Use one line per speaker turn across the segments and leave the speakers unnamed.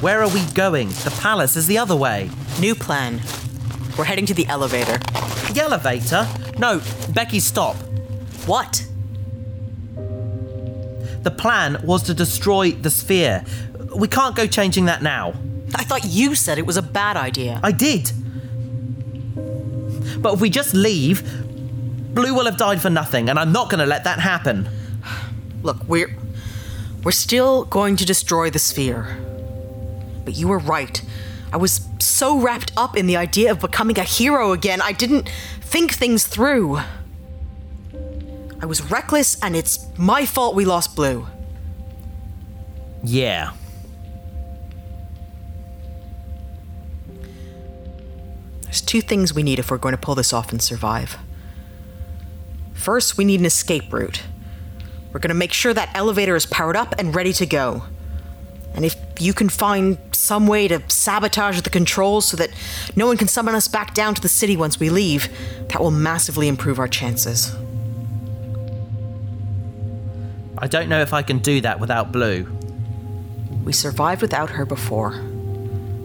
Where are we going? The palace is the other way.
New plan. We're heading to the elevator.
The elevator? No, Becky, stop.
What?
The plan was to destroy the sphere. We can't go changing that now.
I thought you said it was a bad idea.
I did. But if we just leave, Blue will have died for nothing, and I'm not going to let that happen.
Look, we're we're still going to destroy the sphere. But you were right. I was so wrapped up in the idea of becoming a hero again, I didn't think things through. I was reckless, and it's my fault we lost Blue.
Yeah.
There's two things we need if we're going to pull this off and survive. First, we need an escape route. We're going to make sure that elevator is powered up and ready to go. And if you can find some way to sabotage the controls so that no one can summon us back down to the city once we leave, that will massively improve our chances.
I don't know if I can do that without Blue.
We survived without her before.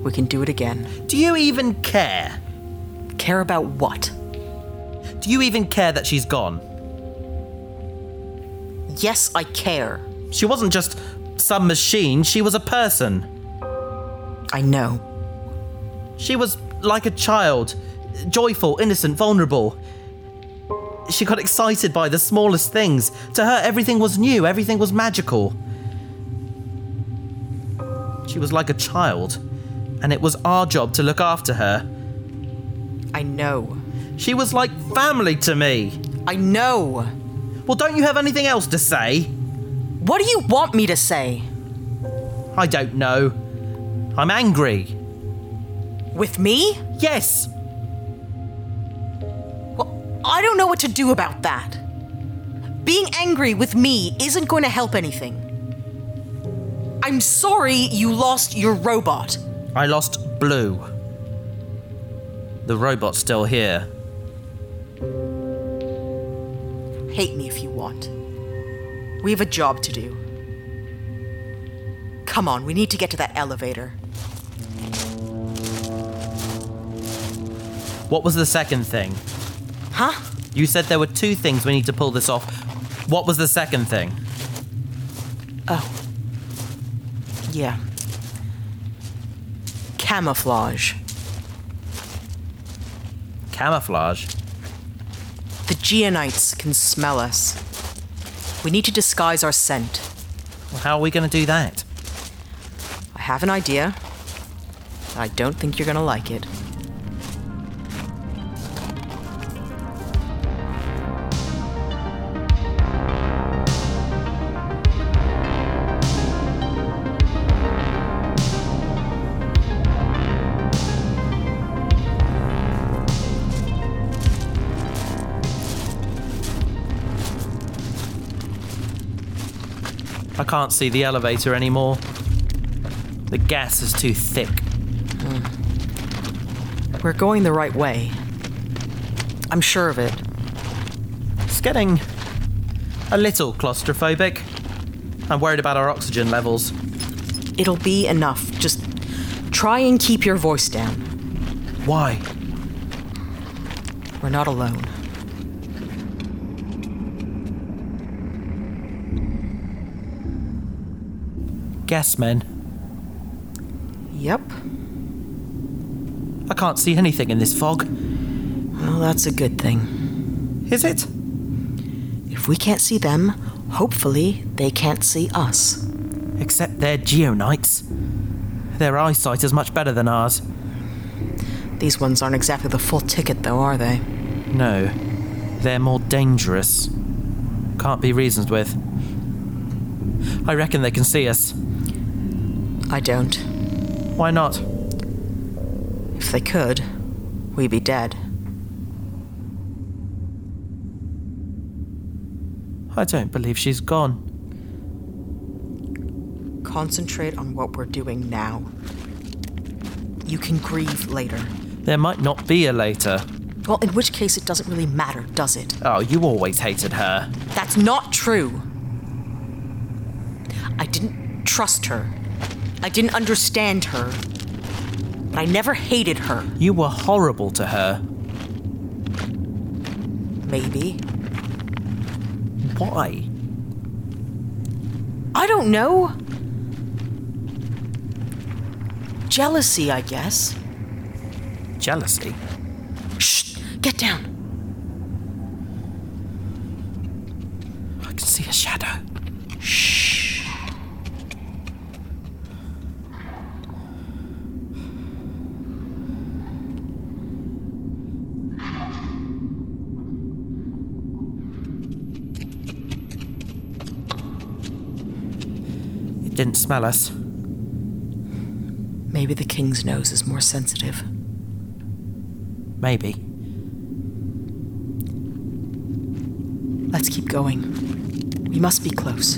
We can do it again.
Do you even care?
Care about what?
Do you even care that she's gone?
Yes, I care.
She wasn't just some machine, she was a person.
I know.
She was like a child joyful, innocent, vulnerable. She got excited by the smallest things. To her, everything was new, everything was magical. She was like a child, and it was our job to look after her.
I know.
She was like family to me.
I know.
Well, don't you have anything else to say?
What do you want me to say?
I don't know. I'm angry.
With me?
Yes,
Well, I don't know what to do about that. Being angry with me isn't going to help anything. I'm sorry you lost your robot.
I lost Blue. The robot's still here.
Hate me if you want. We have a job to do. Come on, we need to get to that elevator.
What was the second thing?
Huh?
You said there were two things we need to pull this off. What was the second thing?
Oh. Yeah. Camouflage.
Camouflage.
The Geonites can smell us. We need to disguise our scent.
Well, how are we going to do that?
I have an idea. and I don't think you're gonna like it.
I can't see the elevator anymore. The gas is too thick.
We're going the right way. I'm sure of it.
It's getting a little claustrophobic. I'm worried about our oxygen levels.
It'll be enough. Just try and keep your voice down.
Why?
We're not alone.
Gas men.
Yep.
I can't see anything in this fog.
Well, that's a good thing.
Is it?
If we can't see them, hopefully they can't see us.
Except they're geonites. Their eyesight is much better than ours.
These ones aren't exactly the full ticket, though, are they?
No, they're more dangerous. Can't be reasoned with. I reckon they can see us.
I don't.
Why not?
If they could, we'd be dead.
I don't believe she's gone.
Concentrate on what we're doing now. You can grieve later.
There might not be a later.
Well, in which case it doesn't really matter, does it?
Oh, you always hated her.
That's not true. I didn't trust her. I didn't understand her, but I never hated her.
You were horrible to her.
Maybe.
Why?
I don't know. Jealousy, I guess.
Jealousy.
Shh, get down.
I can see a shadow. It didn't smell us.
Maybe the king's nose is more sensitive.
Maybe.
Let's keep going. We must be close.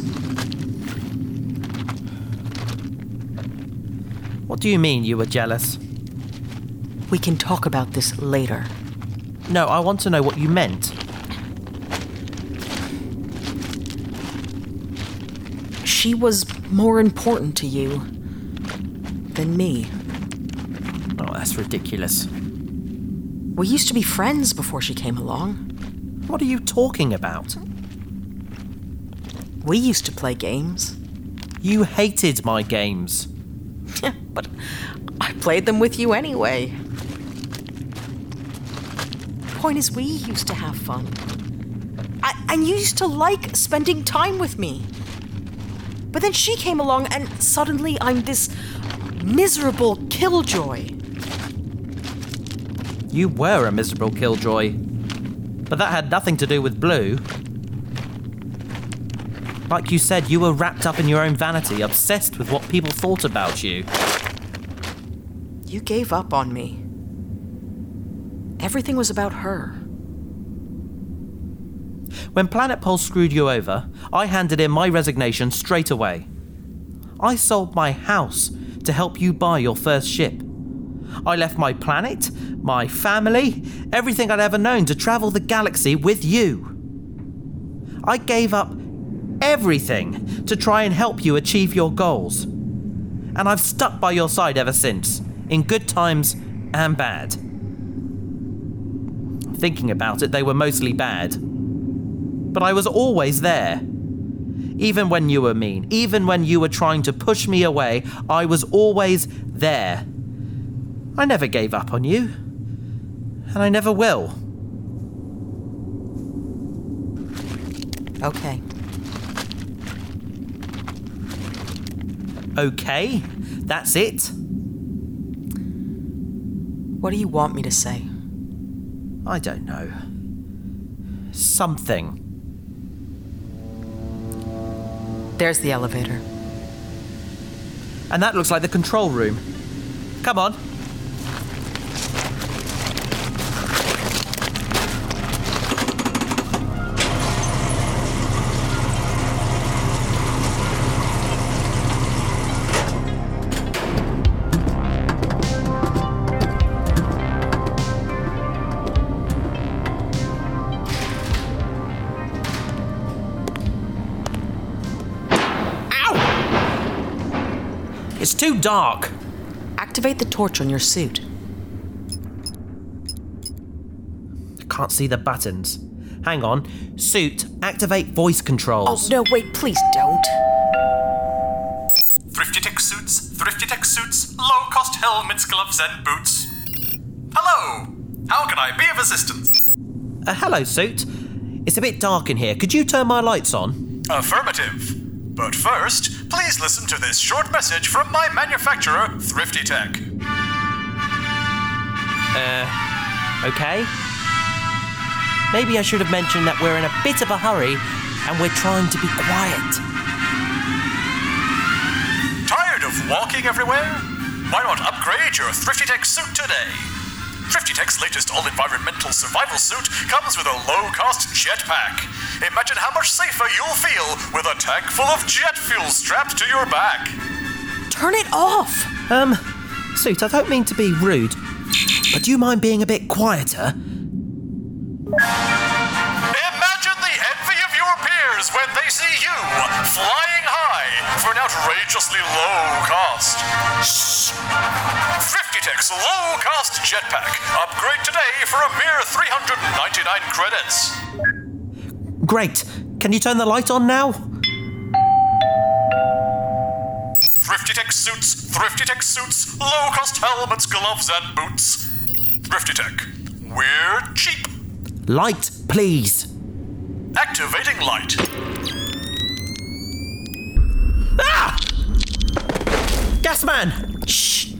What do you mean you were jealous?
We can talk about this later.
No, I want to know what you meant.
She was more important to you than me.
Oh, that's ridiculous.
We used to be friends before she came along.
What are you talking about?
We used to play games.
You hated my games.
but I played them with you anyway. Point is, we used to have fun. I, and you used to like spending time with me. But then she came along, and suddenly I'm this miserable killjoy.
You were a miserable killjoy. But that had nothing to do with Blue. Like you said, you were wrapped up in your own vanity, obsessed with what people thought about you.
You gave up on me. Everything was about her.
When Planet Pulse screwed you over, I handed in my resignation straight away. I sold my house to help you buy your first ship. I left my planet, my family, everything I'd ever known to travel the galaxy with you. I gave up everything to try and help you achieve your goals. And I've stuck by your side ever since, in good times and bad. Thinking about it, they were mostly bad but I was always there. Even when you were mean, even when you were trying to push me away, I was always there. I never gave up on you, and I never will.
Okay.
Okay? That's it?
What do you want me to say?
I don't know. Something.
There's the elevator.
And that looks like the control room. Come on. It's too dark.
Activate the torch on your suit.
I can't see the buttons. Hang on. Suit, activate voice
Oh,
controls.
no, wait, please don't.
Thrifty Tech suits, Thrifty Tech suits, low cost helmets, gloves, and boots. Hello! How can I be of assistance?
Uh, hello, Suit. It's a bit dark in here. Could you turn my lights on?
Affirmative. But first, please listen to this short message from my manufacturer, Thrifty Tech.
Okay? Maybe I should have mentioned that we're in a bit of a hurry and we're trying to be quiet.
Tired of walking everywhere? Why not upgrade your Thrifty Tech suit today? Thrifty Tech's latest all environmental survival suit comes with a low cost jetpack. Imagine how much safer you'll feel with a tank full of jet fuel strapped to your back.
Turn it off!
Um, Suit, I don't mean to be rude, but do you mind being a bit quieter?
Imagine the envy of your peers when they see you flying high, for an outrageously low cost. Thriftytech's low cost jetpack. Upgrade today for a mere 399 credits.
Great. Can you turn the light on now?
Thrifty Tech suits, Thrifty Tech suits, low cost helmets, gloves, and boots. Thrifty Tech, we're cheap.
Light, please.
Activating light.
Ah! Gas man! Shh!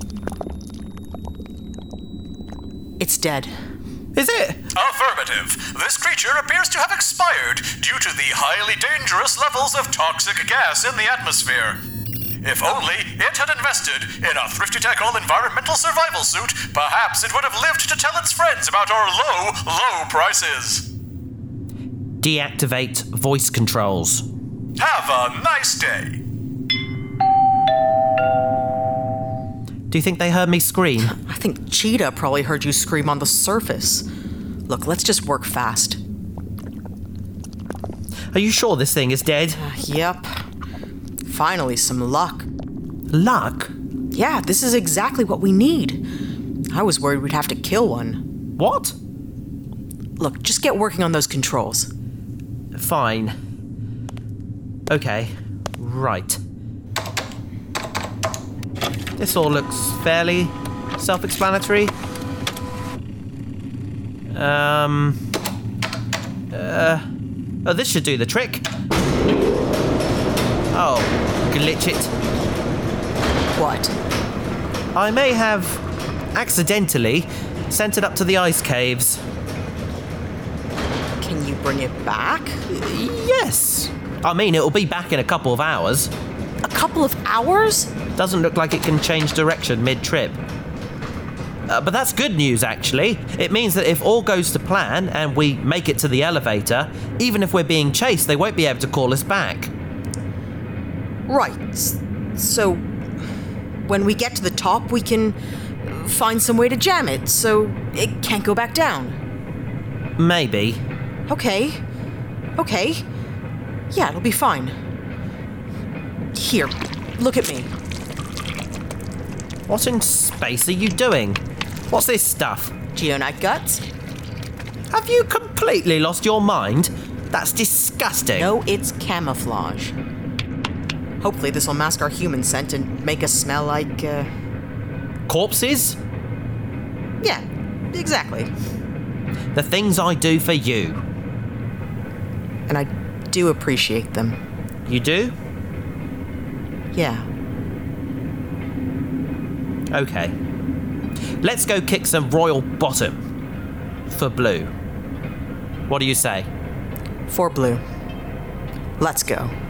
It's dead.
Is it?
Affirmative. This creature appears to have expired due to the highly dangerous levels of toxic gas in the atmosphere. If only it had invested in a Thrifty Tech all environmental survival suit, perhaps it would have lived to tell its friends about our low, low prices.
Deactivate voice controls.
Have a nice day.
Do you think they heard me scream?
I think Cheetah probably heard you scream on the surface. Look, let's just work fast.
Are you sure this thing is dead?
Uh, Yep. Finally, some luck.
Luck?
Yeah, this is exactly what we need. I was worried we'd have to kill one.
What?
Look, just get working on those controls.
Fine. Okay. Right. This all looks fairly self explanatory. Um. Uh. Oh, this should do the trick. Oh, glitch it.
What?
I may have accidentally sent it up to the ice caves.
Can you bring it back?
Yes! I mean, it'll be back in a couple of hours.
A couple of hours?
Doesn't look like it can change direction mid trip. Uh, but that's good news, actually. It means that if all goes to plan and we make it to the elevator, even if we're being chased, they won't be able to call us back.
Right. s- So, when we get to the top, we can find some way to jam it so it can't go back down.
Maybe.
Okay. Okay. Yeah, it'll be fine. Here, look at me.
What in space are you doing? What's this stuff?
Geonite guts?
Have you completely lost your mind? That's disgusting.
No, it's camouflage. Hopefully, this will mask our human scent and make us smell like, uh.
Corpses?
Yeah, exactly.
The things I do for you.
And I do appreciate them.
You do?
Yeah.
Okay. Let's go kick some royal bottom for blue. What do you say?
For blue. Let's go.